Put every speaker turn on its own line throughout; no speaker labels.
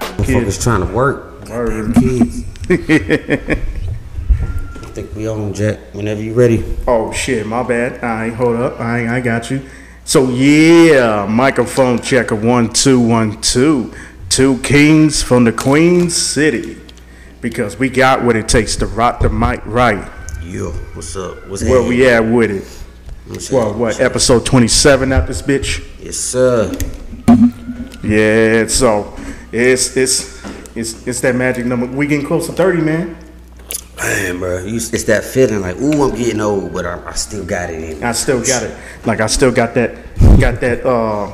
Motherfuckers trying to work. Goddamn kids. I think we on, Jack. Whenever you ready.
Oh shit, my bad. I hold up. I I got you. So yeah, microphone checker one two one two. Two kings from the Queen City. Because we got what it takes to rock the mic right.
Yo, what's up? What's
Where
happening?
we at with it?
What's
Well,
happening?
what, episode twenty seven out this bitch?
Yes, sir.
Yeah, so it's it's it's it's that magic number. We getting close to thirty, man.
Man, bro, you, it's that feeling like, ooh, I'm getting old, but I, I still got it in. me.
I still got it. Like I still got that got that uh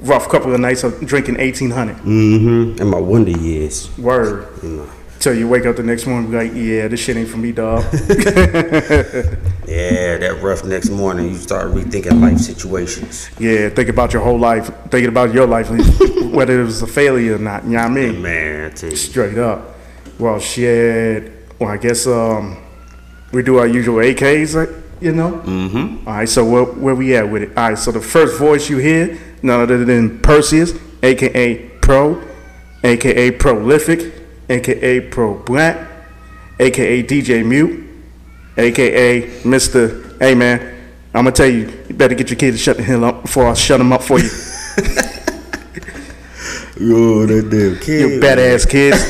rough couple of nights of drinking eighteen hundred.
Mm-hmm. And my wonder years,
Word.
you know.
Till you wake up the next morning, be like, yeah, this shit ain't for me, dog.
Yeah, that rough next morning, you start rethinking life situations.
yeah, think about your whole life, thinking about your life, whether it was a failure or not. You know what I mean?
Man, I tell you.
Straight up. Well, shit. Well, I guess um, we do our usual AKs, like, you know. Mm-hmm. All right. So where where we at with it? All right. So the first voice you hear, none other than Perseus, aka Pro, aka Prolific, aka Pro Black, aka DJ Mute, aka Mr. Hey man, I'm gonna tell you, you better get your kid to shut the hell up before I shut him up for you.
Yo, that damn kid.
You badass kids.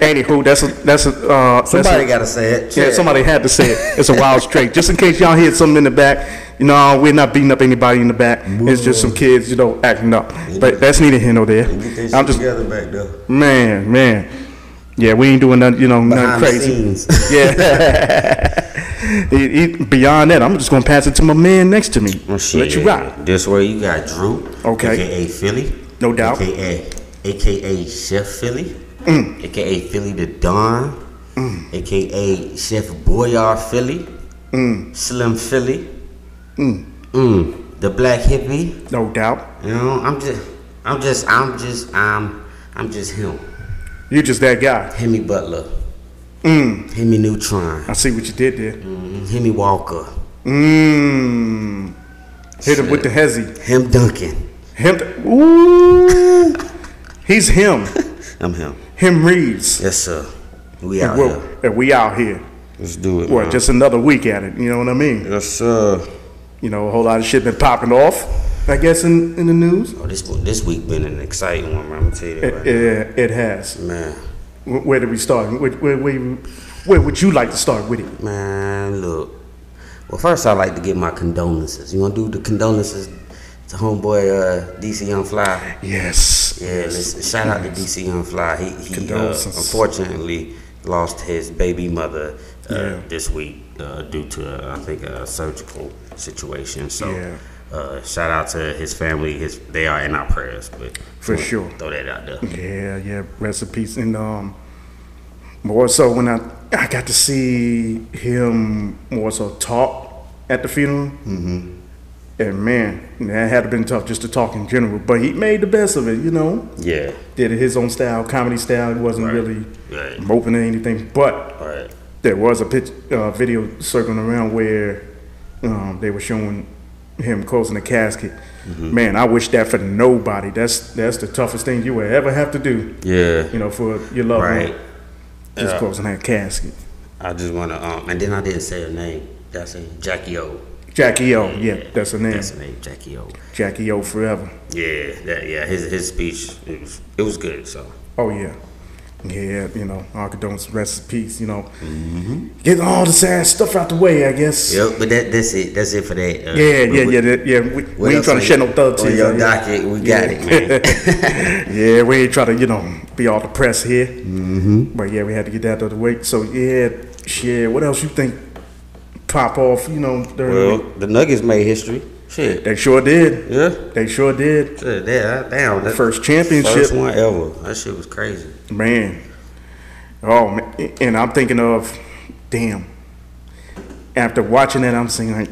Anywho, that's a that's a uh, that's a-
Somebody got to say it.
yeah, somebody had to say it. It's a wild streak. Just in case y'all hear something in the back, you know, we're not beating up anybody in the back. It's just some kids, you know, acting up. But that's neither here nor there.
Get that shit
I'm just
together back there.
man, man. Yeah, we ain't doing nothing, you know, nothing
Behind the
crazy.
scenes.
Yeah. It- it- beyond that, I'm just gonna pass it to my man next to me.
Well, Oh, shit,
Let you rock.
This way you got Drew,
Okay.
aka Philly,
No doubt.
aka aka Chef Philly,
Mm.
aka Philly the Don, aka Chef Boyar Philly,
Mm.
Slim Philly, Mm, the Black Hippie.
No doubt.
You know, I'm just, I'm just, I'm just, I'm, I'm just him,
You just that guy.
Hemi Butler,
Mm.
Hemi Neutron,
I see what you did there.
mm, Hemi Walker,
Mmm. Hit him with the hezzy.
Him Duncan.
Him. Ooh. He's him.
I'm him.
Him Reeves.
Yes, sir. We out
Well,
here.
and we out here.
Let's do it.
Well,
man.
just another week at it. You know what I mean?
Yes, sir.
You know, a whole lot of shit been popping off. I guess in, in the news.
Oh, this this week been an exciting one. man. I'm gonna tell you that right
It, it, it has.
now. man.
Wh- Where do we start? Where, where, where, where would you like to start with it?
Man, look. Well, first I'd like to give my condolences. You wanna do the condolences to homeboy uh, DC Young Fly?
Yes.
Yeah, listen, shout out to DC Young Fly. He he uh,
Condolences.
unfortunately lost his baby mother uh,
Yeah.
this week uh, due to uh, I think a surgical situation. So.
Yeah.
Uh, shout out to his family. His they are in our prayers, but
For
wanna
sure.
throw that out there.
Yeah, yeah. Rest in peace. And um, more so when I I got to see him more so talk at the funeral. Mm-hmm. And man, that had been tough just to talk in general. But he made the best of it, you know.
Yeah,
Did it his own style, comedy style. He wasn't
Right.
really
Right.
moping or anything. But
all right.
there was a pitch, uh, video circling around where um, they were showing him closing the casket.
Mm-hmm.
Man, I wish that for nobody. That's that's the toughest thing you would ever have to do
Yeah.
you know, for your loved
Right.
one. Just
Yeah.
closing that casket.
I just want to, um, and then I didn't say her name. That's a Jackie O.
Jackie O, yeah, that's her name.
Mm-hmm. That's her name, Jackie O.
Jackie O forever.
Yeah, that, yeah. His his speech, it was it was good. So
Oh yeah, yeah. You know, our condolences, rest in peace. You know, get all the sad stuff out the way. I guess.
Mm-hmm. yeah, but that that's it. That's it for that. Uh,
Yeah,
we-
yeah,
we-
yeah, that- yeah. We,
what
we ain't
else Oh,
trying to
on
shed
your-
no thug
On
tears.
your
out here.
docket, we got it, man.
yeah, we ain't trying to, you know, be all depressed here. Mm-hmm. But yeah, we had to get that out of the way. So yeah, shit. What else you think pop off? You know, during the
well,
week?
the Nuggets made history. Shit.
they sure did.
Yeah.
They sure did.
Shit, Yeah. that- Damn. That
First championship.
First one ever. That shit was crazy.
Man. Oh, man. and I'm thinking of, damn. After watching that, I'm saying like,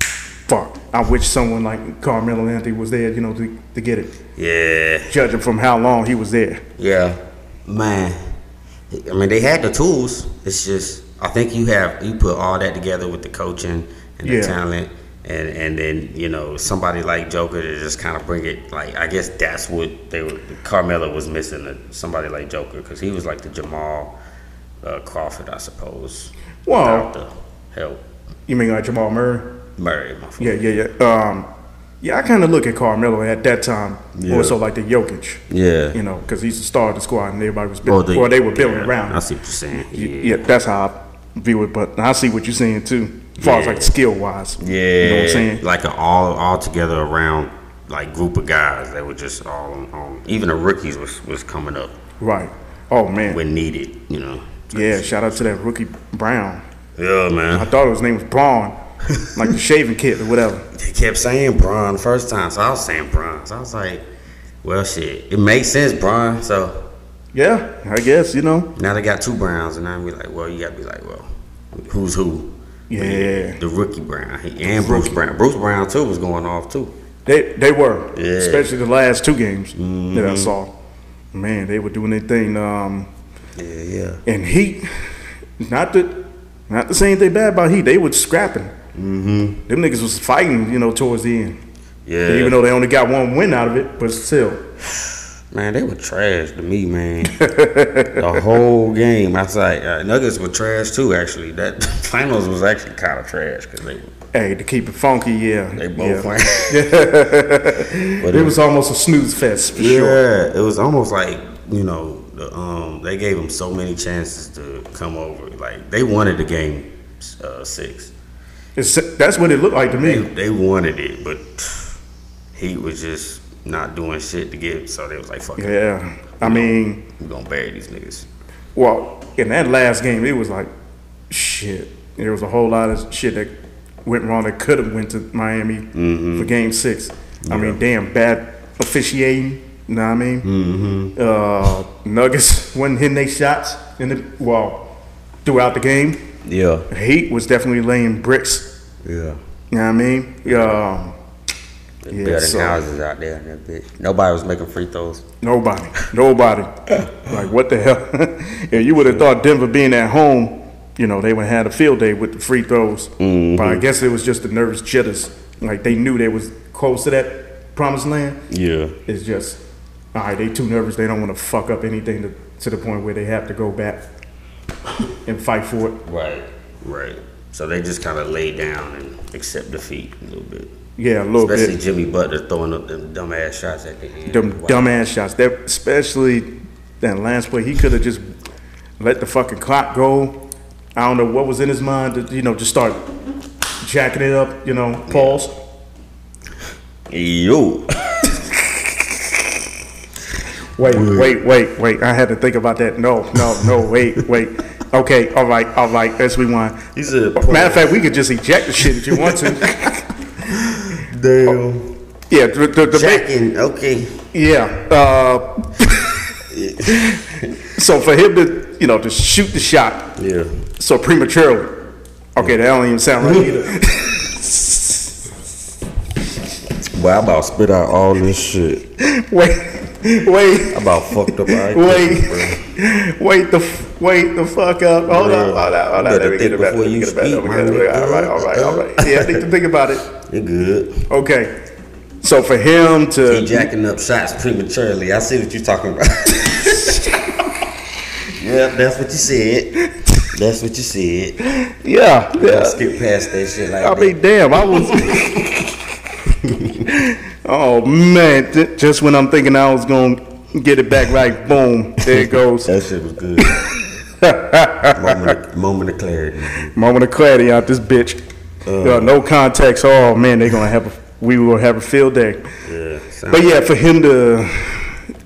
fuck. I wish someone like Carmelo Anthony was there, you know, to, to get it.
Yeah.
Judging from how long he was there.
Yeah, man. I mean, they had the tools. It's just I think you have you put all that together with the coaching and the
Yeah.
talent and and then you know somebody like Joker to just kind of bring it like I guess that's what they were Carmelo was missing uh, somebody like Joker because he was like the Jamal uh, Crawford I suppose
Well-
without the help
You mean like Jamal Murray?
Murray my friend.
Yeah, yeah, yeah. Um, yeah, I kind of look at Carmelo at that time
Yeah.
more so like the Jokic,
yeah
you know, because he's the star of the squad and everybody was
Well,
building, or they were building
yeah,
around.
I
him.
see what you're saying
Y-
yeah.
Yeah, that's how I view it. But I see what you're saying too, as far as
Yeah.
like skill wise.
Yeah,
you know what I'm saying.
like an all all together around like group of guys that were just all on, on even the rookies was was coming up
Right. Oh man.
when needed. You know.
Yeah. Shout out to that rookie Brown.
Yeah,
I
man.
thought his name was Braun, like the shaving kit or whatever.
They kept saying Bron the first time, so I was saying Bron. So I was like, well, shit, it makes sense, Bron. So
Yeah, I guess you know.
now they got two Browns, and I'm be like, well, you gotta be like, well, who's who?
Yeah.
The rookie Brown he- and Bruce Brown. Bruce Brown too was going off too.
They they were,
Yeah. Mm-hmm.
especially the last two games that I saw. Man, they were doing their thing. Um,
Yeah, yeah.
and Heat, not the not the same thing bad about Heat. They were scrapping. Mm-hmm. Them niggas was fighting, you know, towards the end.
Yeah,
Even though they only got one win out of it, but still.
Man, they were trash to me, man. the whole game. I was like, uh, Nuggets were trash too. Actually, that finals was actually kind of trash because they
Hey, to keep it funky, yeah.
they both
yeah.
playing. but
It was almost a snooze fest for
yeah,
sure.
it was almost like you know, the, um, they gave them so many chances to come over. Like they wanted the game uh, six.
It's, that's what it looked like to
They
me.
they wanted it, but Heat was just not doing shit to get. So they was like, fuck, it,
Yeah. I mean,
we gonna bury these niggas.
well, in that last game, it was like shit. There was a whole lot of shit that went wrong that could have went to Miami for game six. I mean, damn, bad officiating. You know what I mean? Mm-hmm. Uh, Nuggets wasn't hitting their shots in the well throughout the game.
Yeah,
Heat was definitely laying bricks
yeah.
You know what I mean? Um, yeah,
building
so
houses out there in that bitch. Nobody was making free throws.
nobody, nobody. like, what the hell? yeah, you would have thought Denver being at home, you know, they would have had a field day with the free throws. But I guess it was just the nervous jitters. Like, they knew they was close to that promised land.
Yeah.
It's just, all right, they too nervous. They don't want to fuck up anything to, to the point where they have to go back and fight for it.
Right. Right. So they just kind of lay down and accept defeat a little bit.
Yeah, a little bit.
Especially Jimmy Butler throwing up them dumbass shots at the end.
them
Wow.
dumbass shots. That especially that last play, he could have just let the fucking clock go. I don't know what was in his mind to you know just start jacking it up. You know, pause.
Yo.
Wait, wait, wait, wait. I had to think about that. No, no, no. Wait, wait. Okay, all right, all right. Let's rewind.
He said,
Matter of fact, we could just eject the shit if you want to.
damn.
Yeah, the, the, the big-
Jacking. oh, Okay.
Yeah. Uh, so for him to you know to shoot the shot
Yeah.
So prematurely. Okay, that don't even sound right either.
Boy, I about spit out all this shit.
wait, wait,
I about fucked up. Wait.
wait, wait the f- wait the fuck up. Hold on, hold on, hold on.
You
Let me
better
get it
think
back.
before
Let me
you
get it back. Let me
speak,
get it back.
my
All right, all right, all right. Yeah, I need to think about it.
You good.
Okay. So for him
He
to
jacking up shots prematurely. I see what you're talking about. yeah, that's what you said. That's what you said.
yeah,
Don't
yeah.
skip past that shit like
I
that.
mean, damn, I was. oh man, ju- just when I'm thinking I was gonna get it back right, boom, there it goes.
that shit was good. moment, of, moment of clarity.
Moment of clarity out this bitch. Yo, no context. Oh man, they gonna have a, we will have a field day.
Yeah. sound-
But yeah, for him to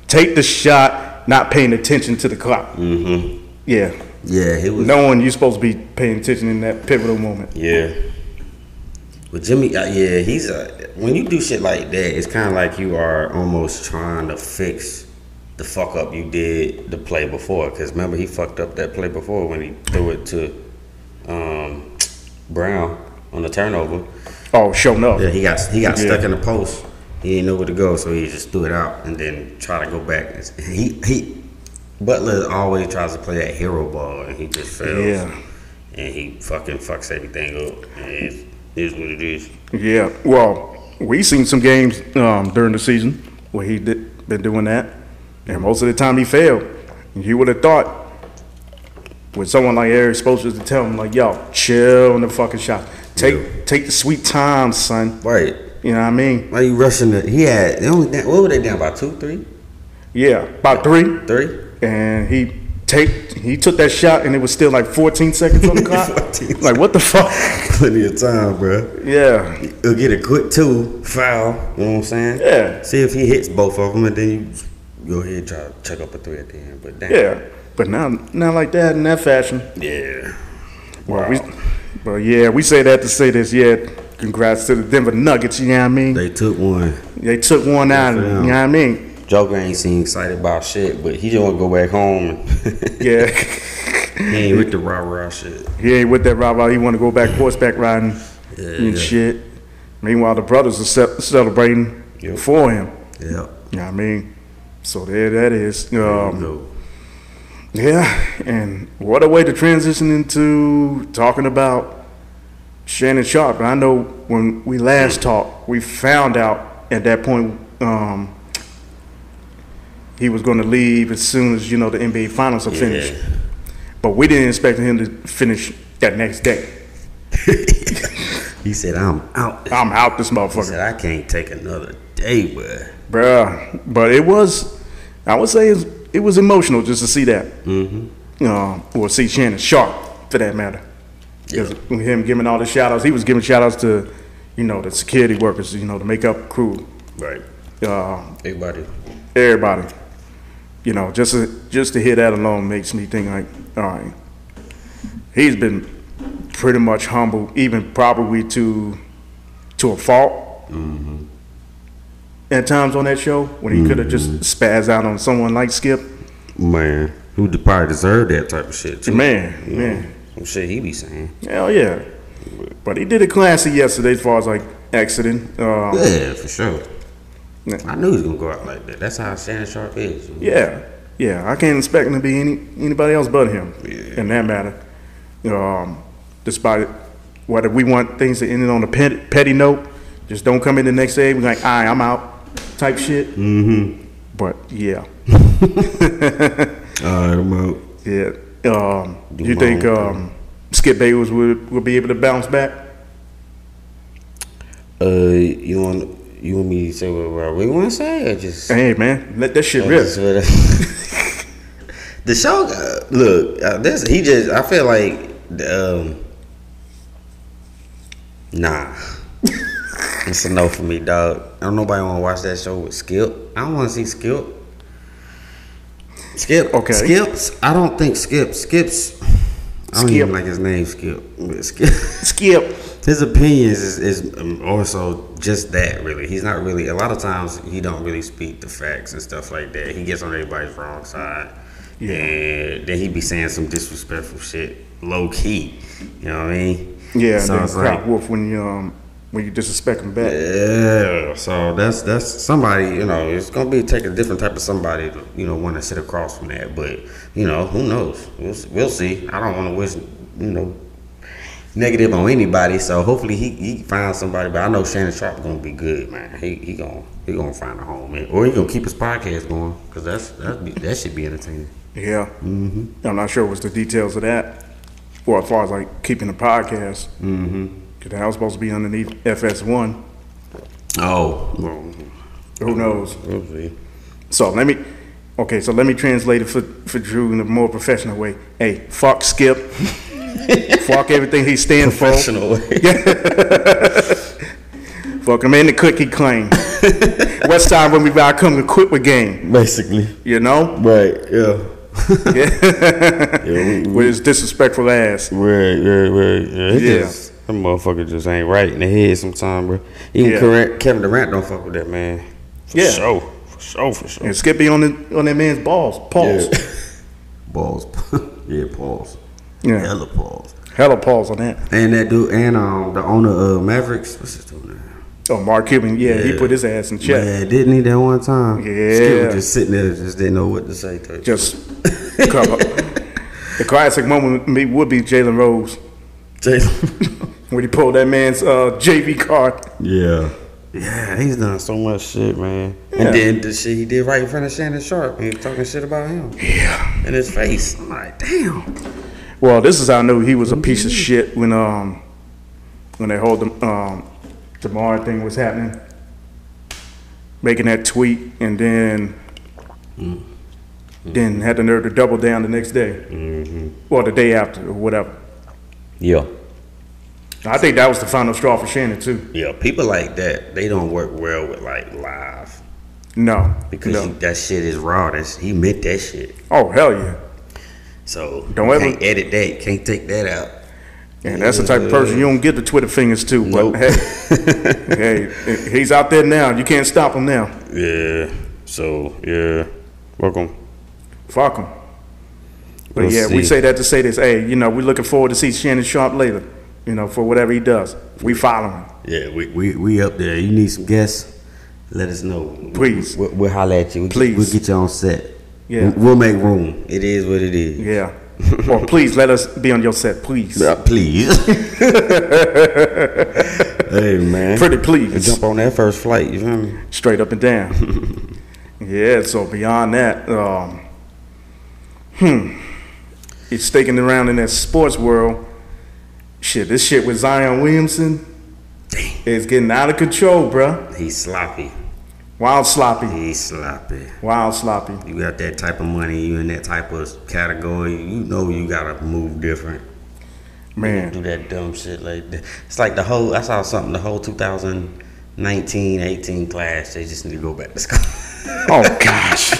take the shot, not paying attention to the clock.
Mm.
Mm-hmm. Yeah,
yeah, he was.
knowing you're supposed to be paying attention in that pivotal moment.
Yeah. But Jimmy, uh, yeah, he's a. When you do shit like that, it's kind of like you are almost trying to fix the fuck up you did the play before. Because remember, he fucked up that play before when he threw it to um, Brown on the turnover.
Oh, showing up.
Yeah, he got he got
Yeah.
stuck in the post. He didn't know where to go, so he just threw it out and then try to go back. It's- He he Butler always tries to play that hero ball and he just fails.
Yeah.
And he fucking fucks everything up. And Is what it is.
Yeah. Well, we seen some games um, during the season where he did been doing that, and most of the time he failed. And you would have thought with someone like Eric Spoelstra to tell him like, "Yo, chill on the fucking shot. Take
Yeah.
take the sweet time, son."
Right.
You know what I mean?
Why you rushing the he had they only down, what were they down by two, three?
Yeah, about three,
Three?
and he take he took that shot, and it was still like 14 seconds on the clock.
14
like what the fuck?
Plenty of time, bro.
Yeah,
He'll get a quick two foul. You know what I'm saying?
Yeah.
See if he hits both of them, and then you go ahead and try to check up a three at the end. But damn.
yeah. But now, not like that in that fashion.
Yeah.
Well, we, well, yeah, we say that to say this. Yeah, congrats to the Denver Nuggets. You know what I mean? They,
They took one.
took one out.
for
of it, You know
them.
what I mean?
Joker ain't seem excited about shit, but he just want to go back home.
Yeah,
he ain't with the rah rah shit.
he ain't with that rah rah. He want to go back horseback riding
Yeah,
and
yeah.
Mm, shit. Meanwhile, the brothers are ce- celebrating
Yep.
for him.
Yeah.
You know what I mean? So there, that is. Um,
no.
yeah, and what a way to transition into talking about Shannon Sharp. And I know when we last talked, we found out at that point um, he was going to leave as soon as you know the NBA Finals are finished.
Yeah.
But we didn't expect him to finish that next day.
He said, "I'm out." I
I'm out this motherfucker,
said, "I can't take another day, bro."
bruh. But it was, I would say, it was, it was emotional just to see that, mm-hmm. um, or see Shannon Sharp for that matter. Because him giving all the shout outs, he was giving shout outs to, you know, the security workers, you know, the makeup crew,
Right. Um,
uh,
Everybody.
everybody. You know, just to, just to hear that alone makes me think like, all right, he's been pretty much humble, even probably to to a fault at times on that show when he could have just spazzed out on someone like Skip.
Man, who de- probably deserved that type of shit too?
Man, man.
Some shit he be saying.
Hell yeah. But he did it classy yesterday as far as like exiting. Um,
Yeah, for sure.
Yeah.
I knew he was gonna go out like that. That's how Shannon Sharp is.
yeah. Yeah. I can't expect him to be any anybody else but him
Yeah.
in that matter. Um, despite whether we want things to end on a pet, petty note, just don't come in the next day and be like, all right, I'm out type shit. Mm-hmm. But yeah.
All right, I'm out.
Yeah. Um,
Do
you
my
think
own thing.
um, Skip Bayless would, would be able to bounce back?
Uh, you want you want me to say what, what we want to say or just?
Hey, man, let that shit
or
rip.
just what- the show, uh, look, uh, this he just. I feel like, um, nah, it's a no for me, dog. I don't nobody want to watch that show with Skip. I don't want to see Skip. Skip,
Okay.
Skips. I don't think Skip. Skips. I don't
Skip.
even like his name, Skip. But Skip.
Skip.
His opinions is, is um, also just that, really. He's not really. A lot of times, he don't really speak the facts and stuff like that. He gets on everybody's wrong side,
Yeah.
and then he be saying some disrespectful shit, low key. You know what I mean?
Yeah, and
So
then
it's
crowd
like,
wolf when you um when you disrespect him back.
yeah. So that's that's somebody. You know, it's gonna be take a different type of somebody. To, you know, want to sit across from that, but you know, who knows? We'll, s- we'll see. I don't want to wish. You know. Negative on anybody, so hopefully he, he finds somebody. But I know Shannon Sharp gonna be good, man. He he gonna he gonna find a home, man. or he gonna keep his podcast going because that's that be, that should be entertaining.
Yeah, mm-hmm. I'm not sure what's the details of that. Well, as far as like keeping the podcast, mm-hmm. cause that was supposed to be underneath FS1.
Oh, well,
Who knows?
we'll see.
So let me, okay, so let me translate it for for Drew in a more professional way. Hey, fuck Skip, fuck everything he stands for,
Professional.
fuck him in the cookie claim. What's time when we about to come to quit with game?
basically,
You know,
right? Yeah, yeah.
with his disrespectful ass.
Right, right, right. Yeah, it
Yeah.
Just, that motherfucker just ain't right in the head sometime, bro. Even
Yeah.
Karen- Kevin Durant don't fuck with that man. For
Yeah.
sure. For sure, for sure.
And Skippy on the, on that man's balls, paws.
Yeah. Balls. yeah, pause.
Yeah.
Hella pause.
Hella pause on that.
And that dude, and um, the owner of Mavericks, what's his dude name?
Oh, Mark Cuban, yeah, he
Yeah.
put his ass in check.
Man, didn't he that one time?
Yeah.
Skip was just sitting there, just didn't know what to say to him.
Just cover. the classic moment with me would be Jalen Rose.
Jason.
when he pulled that man's uh, JV card.
Yeah. Yeah, he's done so much shit, man.
Yeah.
And then the shit he did right in front of Shannon Sharp. He was talking shit about him
Yeah.
in his face. I'm like, damn.
Well, this is how I knew he was a piece of shit when um when that whole um Jamar thing was happening, making that tweet, and then then had the nerve to double down the next day, or the day after, or whatever.
Yeah.
I think that was the final straw for Shannon too.
Yeah, people like that, they don't work well with like live.
No,
Because
no.
you- that shit is raw. That's he meant that shit.
oh hell yeah,
So
Don't
you
ever-
can't edit that. Can't take that out.
and that's the type of person you don't get the Twitter fingers to.
Nope.
But hey, hey, he's out there now. You can't stop him now.
Yeah. So yeah. Welcome.
Fuck them. But
We'll
yeah, we
see.
say that to say this. Hey, you know, we're looking forward to see Shannon Sharp later. You know, for whatever he does, we follow him.
Yeah, we, we we up there. You need some guests? Let us know.
Please.
We, will we'll holler at you. We,
Please.
We'll get you on set.
Yeah.
We, will make room. It is what it is.
Yeah. or please let us be on your set, please.
Uh, please. hey man.
Pretty please.
Jump on that first flight. You feel me?
Straight up and down. yeah. So beyond that, um, hmm, it's sticking around in that sports world. Shit, this shit with Zion Williamson is getting out of control, bruh.
He's sloppy.
Wild sloppy.
He's sloppy.
Wild sloppy.
You got that type of money. You in that type of category. You know you gotta move different.
Man.
do that dumb shit like that. It's like the whole, I saw something, the whole 2019 18 class, they just need to go back to school.
Oh gosh.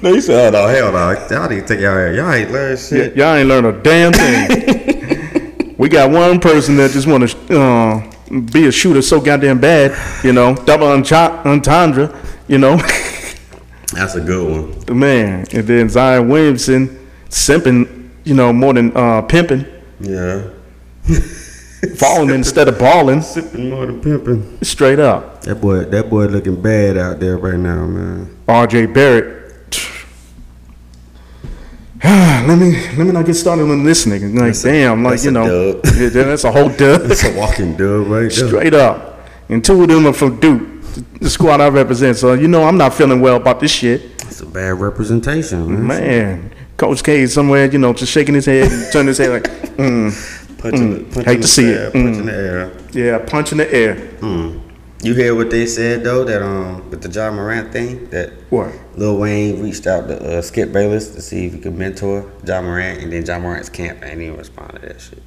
they said, oh, no, hell no. Y'all need to take y'all here. Y'all ain't learn shit.
Y'all ain't learned a damn thing. we got one person that just want to uh, be a shooter so goddamn bad, you know, double entend- entendre, you know,
That's a good one.
man. And then Zion Williamson simping, you know, more than uh, pimping,
Yeah.
falling instead of balling,
Sipping more than pimping.
straight up.
That boy, that boy looking bad out there right now, man.
R.J. Barrett. let me let me not get started on this nigga. Like,
a-
damn, like
that's
you
a
know,
dub.
yeah, that's a whole dub.
That's a walking dub right there.
Straight up. And two of them are from Duke, the squad I represent. So, you know, I'm not feeling well about this shit.
That's a bad representation, man.
Man, Coach K is somewhere, you know, just shaking his head, and turning his head like, mm,
Punching, the, punching
Hate
the
to see it.
air, punching the air.
yeah, punch in the air.
Mm. You hear what they said though that um with the John Morant thing that
What?
Lil Wayne reached out to uh, Skip Bayless to see if he could mentor John Morant, and then John Morant's camp ain't even responded to that shit.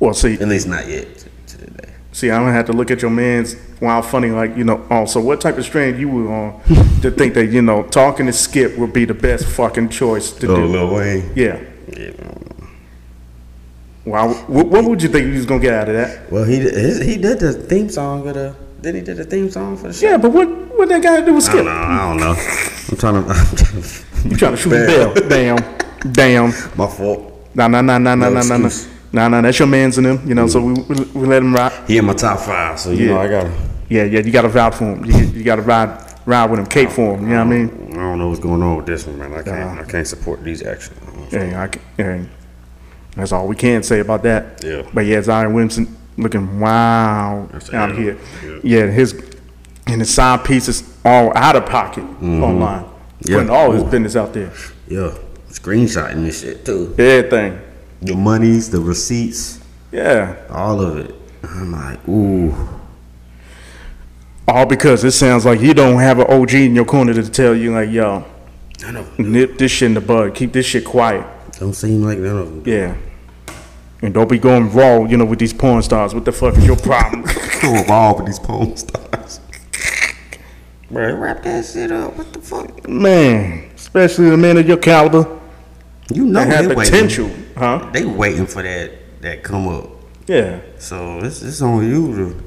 Well, see,
At least not yet to, to today.
see, I don't have to look at your man's wild funny like, you know, oh, so what type of strand you were on to think that, you know, talking to Skip would be the best fucking choice to
Oh,
do?
Lil Wayne.
Yeah.
Yeah, I don't know.
Wow. What, what would you think you was going to get out of that?
well, he did- his, he did the theme song of the. Then he did the theme song for the show.
Yeah, but what what that got to do with
I don't
Skip?
know. I don't know. I'm trying to. I'm trying to
You trying to shoot the bell. Damn. Damn.
My fault.
Nah, nah, nah, nah, nah,
No
nah, nah, nah.
excuse.
Nah, nah, that's your man's in them, you know, so we, we, we let him rock.
He in my top five, so you
Yeah.
know I got. to
Yeah, yeah, you gotta ride for him. You, you gotta ride ride with him, cape for him, you know what I mean?
I don't know what's going on with this one, man. I can't. I can't support these actions. I don't-
Hey, I, ca- hey, that's all we can say about that.
Yeah.
But yeah, Zion Williamson looking wow
That's
out
it.
here.
Yeah.
Yeah. his and his side piece is all out of pocket online.
Mm-hmm. Yeah.
Putting all his
Ooh.
business out there.
Yeah, screenshotting this shit too.
Everything.
The monies, the receipts,
Yeah.
all of it. I'm like, ooh,
All because it sounds like you don't have an OG in your corner to tell you like, yo,
none of them.
nip this shit in the bud. Keep this shit quiet.
Don't seem like none of them.
Yeah. And don't be going raw, you know, with these porn stars. What the fuck is your problem?
Go involved with these porn stars. Bro, wrap that shit up. What the fuck?
man, especially the man of your caliber
You know
that
they
had potential, huh?
Waiting. They waiting for that that come up.
Yeah.
So it's it's on you to.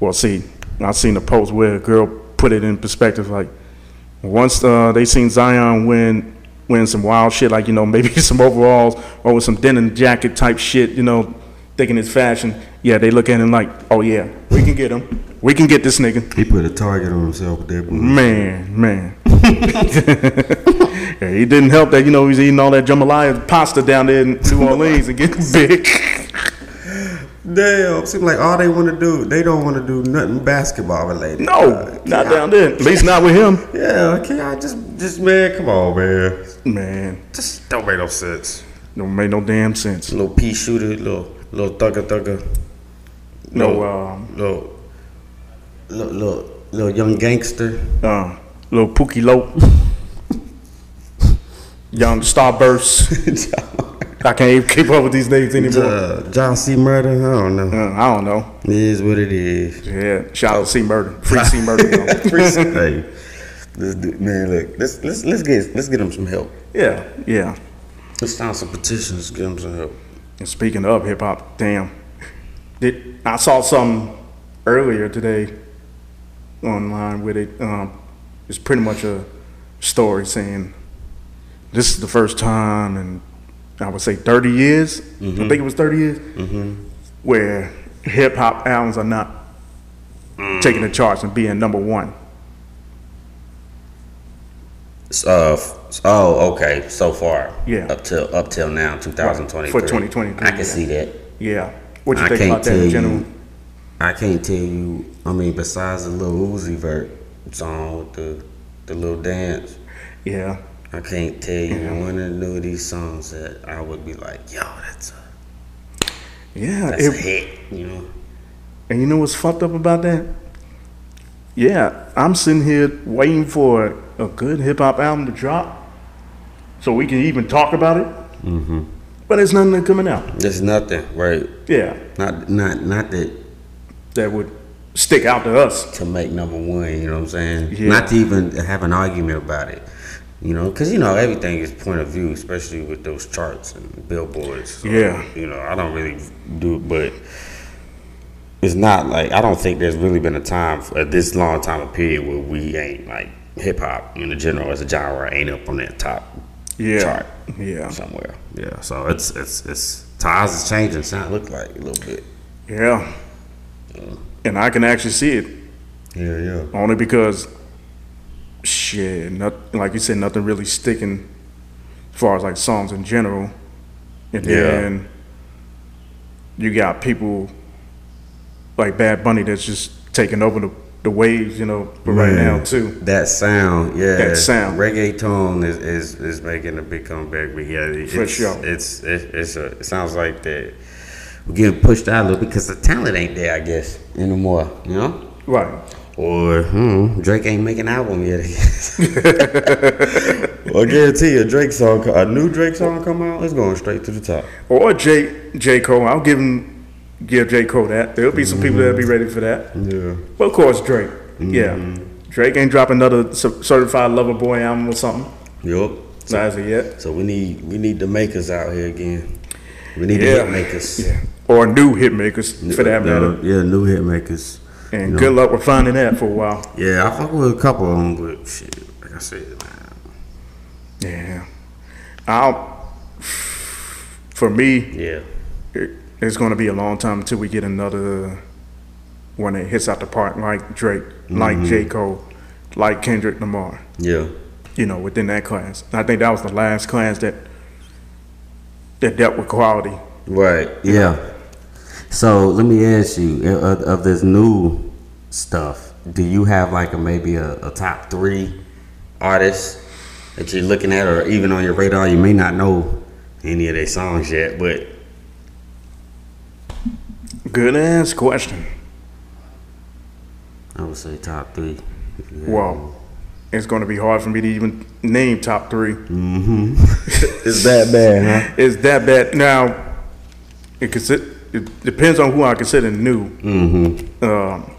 Well, see, I seen a post where a girl put it in perspective. Like, once uh, they seen Zion win, win some wild shit, like you know, maybe some overalls or with some denim jacket type shit, you know, thinking it's fashion. Yeah, they look at him like, oh yeah, we can get him. We can get this nigga.
He put a target on himself with that.
Man, man. Yeah, it didn't help that you know he was eating all that jambalaya pasta down there in New Orleans and getting big.
Damn, seems like all they want to do, they don't want to do nothing basketball related.
No,
Uh,
not
Keon-
down there. At least not with him.
Yeah, okay, I just, just man, come on, man,
Man,
just don't make no sense.
don't make no damn sense.
Little pea shooter, little, little thugger thugger,
No, um,
little, little, little, little young gangster.
uh, little Pookie Lope, young Starburst. I can't even keep up with these names anymore.
Uh, John C. Murder, I don't know.
Uh, I don't know.
It is what it is.
Yeah, shout out to C Murder, free C Murder. y'all.
hey, let's do, man, look, let's let's let's get let's get them some help.
Yeah, yeah.
Let's sign some petitions, get them some help.
And speaking of hip hop, damn, did I saw something earlier today online with it? Um, it's pretty much a story saying this is the first time in I would say 30 years.
Mm-hmm.
I think it was 30 years where hip hop albums are not taking the charts and being number one.
S- Uh, f- oh, okay. So far,
Yeah.
Up till up till now, 2023.
For 2023,
I can
yeah.
see that.
Yeah, what you
I
think
can't
about that
tell
in
you.
general?
I can't tell you. I mean, besides the little Uzi Vert song with the the little dance,
Yeah,
I can't tell you
Mm-hmm.
one of the new these songs that I would be like, yo, that's a
yeah.
that's
it-
a hit, you know.
And you know what's fucked up about that? Yeah, I'm sitting here waiting for a good hip hop album to drop so we can even talk about it. Mm-hmm. But there's nothing that coming out.
There's nothing, right?
Yeah,
Not not not that
that would stick out to us.
to make number one. You know what I'm saying?
Yeah.
Not to even have an argument about it. You know, because you know everything is point of view, especially with those charts and billboards. So,
Yeah.
You know, I don't really do, but it's not like I don't think there's really been a time for this long time of period where we ain't like hip hop in the general as a genre ain't up on that top
Yeah,
chart
yeah,
somewhere. Yeah. So it's it's it's times is changing. Sound look like a little bit.
yeah. And I can actually see it
Yeah, yeah.
only because shit, not, like you said, nothing really sticking as far as like songs in general. And
Yeah.
then you got people like Bad Bunny that's just taking over the, the waves, you know, but right
Man.
now too.
That sound, yeah.
That sound.
Reggaeton is, is, is making a big comeback, but yeah, it- it's,
For sure.
it's it, it's a it sounds like that we're getting pushed out a little because the talent ain't there, I guess, anymore. You know,
Right.
or hmm, Drake ain't making an album yet. I guess. well, I guarantee you, a Drake song, co- a new Drake song come out, it's going straight to the top.
Or J J. Cole. I'll give him give J. Cole that. There'll be some people that'll be ready for that.
Yeah,
But of course Drake. Yeah. Drake ain't dropping another cer- certified lover boy album or something.
yep.
Not as of yet.
So we need we need the makers out here again. We need the
Yeah.
hit makers.
Yeah. Or new hit makers for that matter.
Uh, yeah, new hit makers.
And
you know.
good luck with finding that for a while.
Yeah, I fuck with a couple of them, but shit, like I said, man.
Yeah. I'll for me,
Yeah.
it, it's gonna be a long time until we get another one that hits out the park like Drake, like J. Cole, like Kendrick Lamar,
Yeah.
you know, within that class. I think that was the last class that that dealt with quality.
Right. Yeah. So let me ask you uh, of, of this new stuff, do you have like a maybe a, a top three artists that you're looking at or even on your radar? You may not know any of their songs yet, but
Good ass question.
I would say top three. if you had
Well, it's gonna be hard for me to even name top three.
one. It's that bad, huh?
It's that bad. Now, it, consi- it depends on who I consider new. Mm-hmm. Um,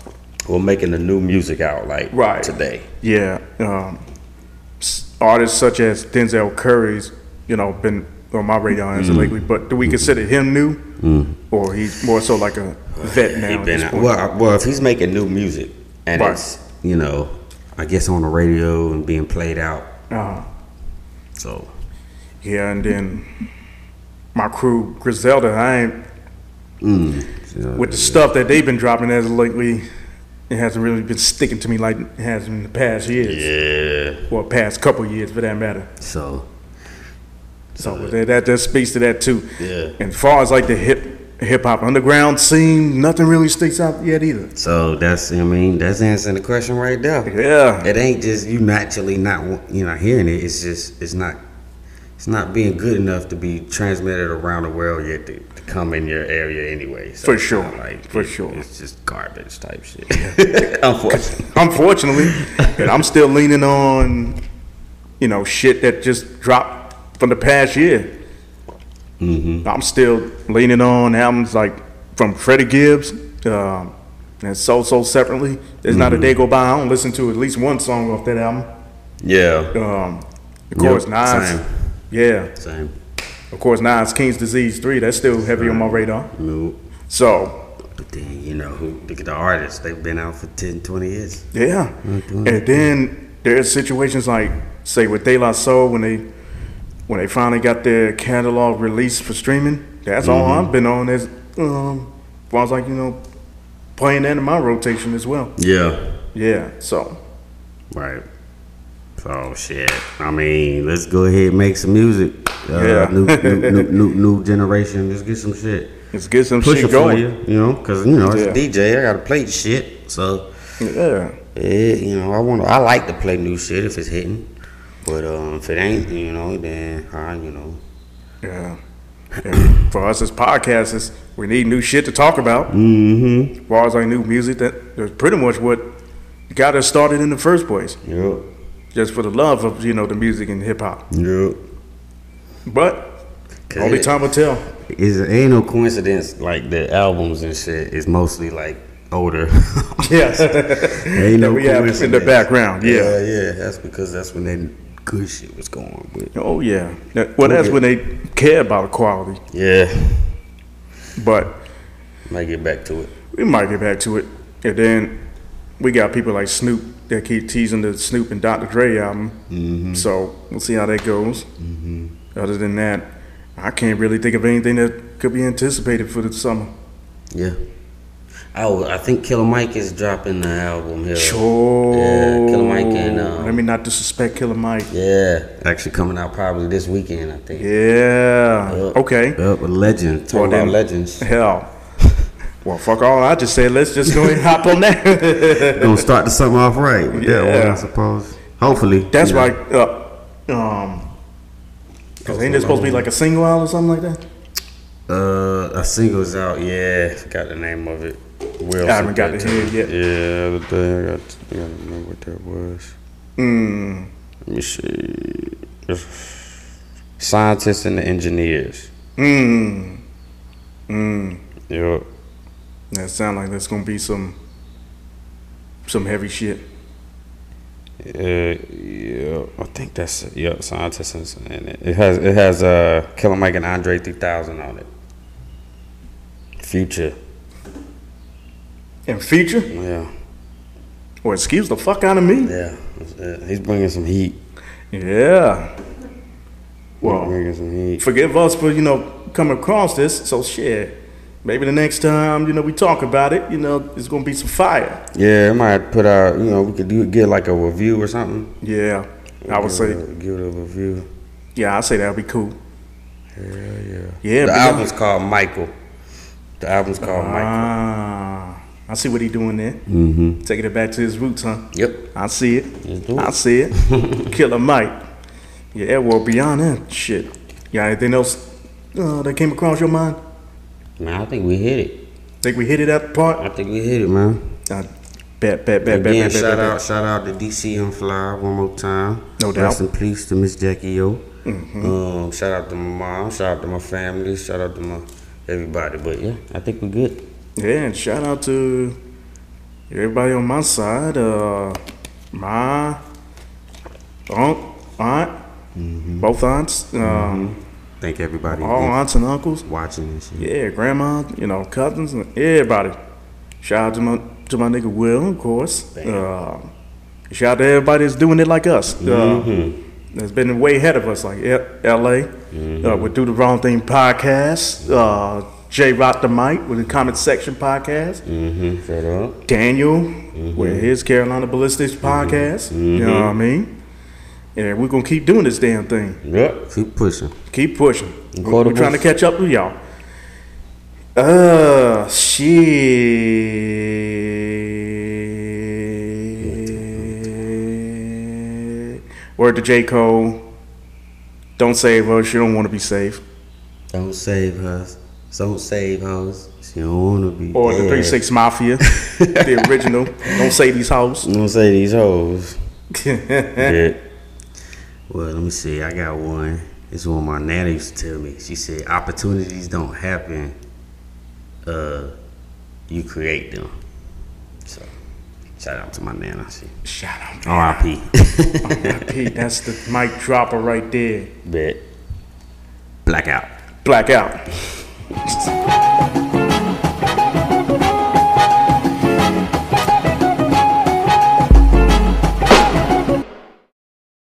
We're making the new music out like
Right.
today.
yeah, um, s- artists such as Denzel Curry's, you know, been on my radar
Mm.
as of lately. But do we consider him new, or he's more so like a vet now?
He
at
been
this
out.
point?
Well, I- well, if he's making new music and
Right.
it's you know, I guess on the radio and being played out.
Uh,
So
yeah, and then my crew Griselda. I ain't
you know,
with the stuff that they've been dropping as of lately. it hasn't really been sticking to me like it has in the past years
Yeah.
or past couple years for that matter.
So
So that, that that speaks to that too.
Yeah.
And far as like the hip hip hop underground scene, nothing really sticks out yet either.
so that's I mean that's answering the question right there.
Yeah.
It ain't just you naturally not you not hearing it. It's just it's not it's not being good enough to be transmitted around the world yet to, to come in your area anyway. So
For
it's not
sure.
like
For
it-
sure.
It's just garbage type shit. Unfortunately.
Unfortunately, and I'm still leaning on, you know, shit that just dropped from the past year.
Mm-hmm.
I'm still leaning on albums like from Freddie Gibbs um, and So So separately. There's not a
Mm-hmm.
day go by I don't listen to at least one song off that album.
Yeah.
Um, of course, Nas.
same.
Yeah,
Same.
of course, Nas. King's Disease Three. That's still heavy on my radar.
Nope.
So
But then you know who look at the artists, they've been out for 10, 20 years.
Yeah.
Mm-hmm.
And then there's situations like, say, with De La Soul when they when they finally got their catalog released for streaming. That's all
Mm-hmm.
I've been on is um, as far as like you know playing that in my rotation as well.
Yeah.
Yeah. So
Right. So shit. I mean, let's go ahead and make some music. Uh,
Yeah.
New, new, new, new, new generation. Let's get some shit.
let's get some
Push it
shit
for
going.
you. You know, because you know it's
Yeah.
a DJ. I gotta play shit. So
Yeah.
eh, you know, I want. to I like to play new shit if it's hitting. But um, if it ain't, you know, then I, you know,
Yeah. And for us as podcasters, we need new shit to talk about. Mm-hmm. As far as like new music, that that's pretty much what got us started in the first place,
yep,
just for the love of you know the music and hip hop.
yep.
But
'Cause
Only
it-
time will tell.
It's, it ain't no coincidence. Like the albums and shit is mostly like older.
Yes.
ain't
That we have in the
coincidence.
background, yeah.
yeah, yeah. That's because that's when that good shit was going. But
oh yeah. That- Well, that's when they care about quality.
yeah,
But
might get back to it.
we might get back to it. And then we got people like Snoop that keep teasing the Snoop and Dr. Dre album.
Mm-hmm.
So we'll see how that goes. Other than that, I can't really think of anything that could be anticipated for the summer.
Yeah. Oh, I think Killer Mike is dropping the album here.
Sure.
Yeah, Killer Mike and um,
Let me not disrespect Killer Mike.
yeah, actually coming out probably this weekend. I think.
Yeah. Okay.
Up with legend. Talking
Well,
about
then-
legends.
Hell. Well, fuck all. I just said let's just go ahead and hop on that.
Gonna start the something off right with that one,
Yeah.
I suppose. Hopefully.
That's
you know.
like, uh, um, cause ain't it supposed to be like a single out or something like that?
Uh, a single's out. Yeah, forgot the name of it. Will
I haven't got to hear it yet.
Yeah, the thing I got, I gotta remember what that was.
Hmm.
Mm. Let me see. Scientists and the engineers.
Mm. Hmm.
Yep.
That sound like that's gonna be some, some heavy shit.
Uh, yeah, I think that's yep. Scientists and and it, it has it has uh Killer Mike and Andre three thousand on it. Future,
And feature?
yeah,
Well, excuse the fuck out of me.
yeah. That's it. He's bringing some heat.
Yeah.
He's
Well,
bringing some heat.
forgive us for you know coming across this. So shit. Maybe the next time you know we talk about it, you know it's gonna be some fire.
Yeah, I might put out. You know, we could do get like a review or something.
Yeah. I would
Give
say.
it a- give it a review.
Yeah, I say that'd be cool.
Yeah, yeah.
Yeah,
the
but Uh-huh.
album's called Michael. The album's called Michael.
Ah, I see what he doing there. Mm-hmm. Taking it back to his roots, huh?
Yep.
I see it.
Let's do
I
it.
see it. Killer Mike. Yeah, well, beyond that, shit. Y'all anything else uh, that came across your mind?
Man, I think we hit it.
Think we hit it at the part?
I think we hit it, man.
Uh, bet, bet, bet, bet,
Again,
bet, bet,
shout
bet,
out, shout out to DC on Fly one more time.
No
Rest
doubt. Mm-hmm.
in peace to Miss Jackie O. Um, shout out to my mom. Shout out to my family. Shout out to my everybody. But yeah, I think we're good.
bet. Yeah, and shout out to everybody on my side. Uh, my aunt, aunt both aunts, um,
Thank everybody
all
for
aunts and uncles.
watching and shit.
Yeah, grandma, you know, cousins, and everybody. Shout out to my to my nigga Will, of course. Uh, shout out to everybody that's doing it like us. Uh, that's been way ahead of us, like L- L.A. Uh, we do the wrong thing podcast. Uh, J Rock the Mic with the Comment Section Podcast.
Mm-hmm. Straight up.
Daniel with his Carolina Ballistics Podcast. You know what I mean? And we're gonna keep doing this damn thing.
Yep. Keep pushing.
Keep pushing. We're,
Quotable.
trying to catch up with y'all. Uh, shit. Word to J. Cole. Don't save us. You don't want to be saved.
Don't save us. Don't save us. She don't wanna be.
Or the
dead.
3 6 Mafia, the original. Don't save these hoes.
Don't say these hoes. yeah. Well, let me see. I got one. It's one my nana used to tell me. She said, "Opportunities don't happen. Uh, you create them." So, shout out to my nana. She
Shout out.
R.I.P.
Pete, that's the mic dropper right there.
Bet. Blackout.
Blackout.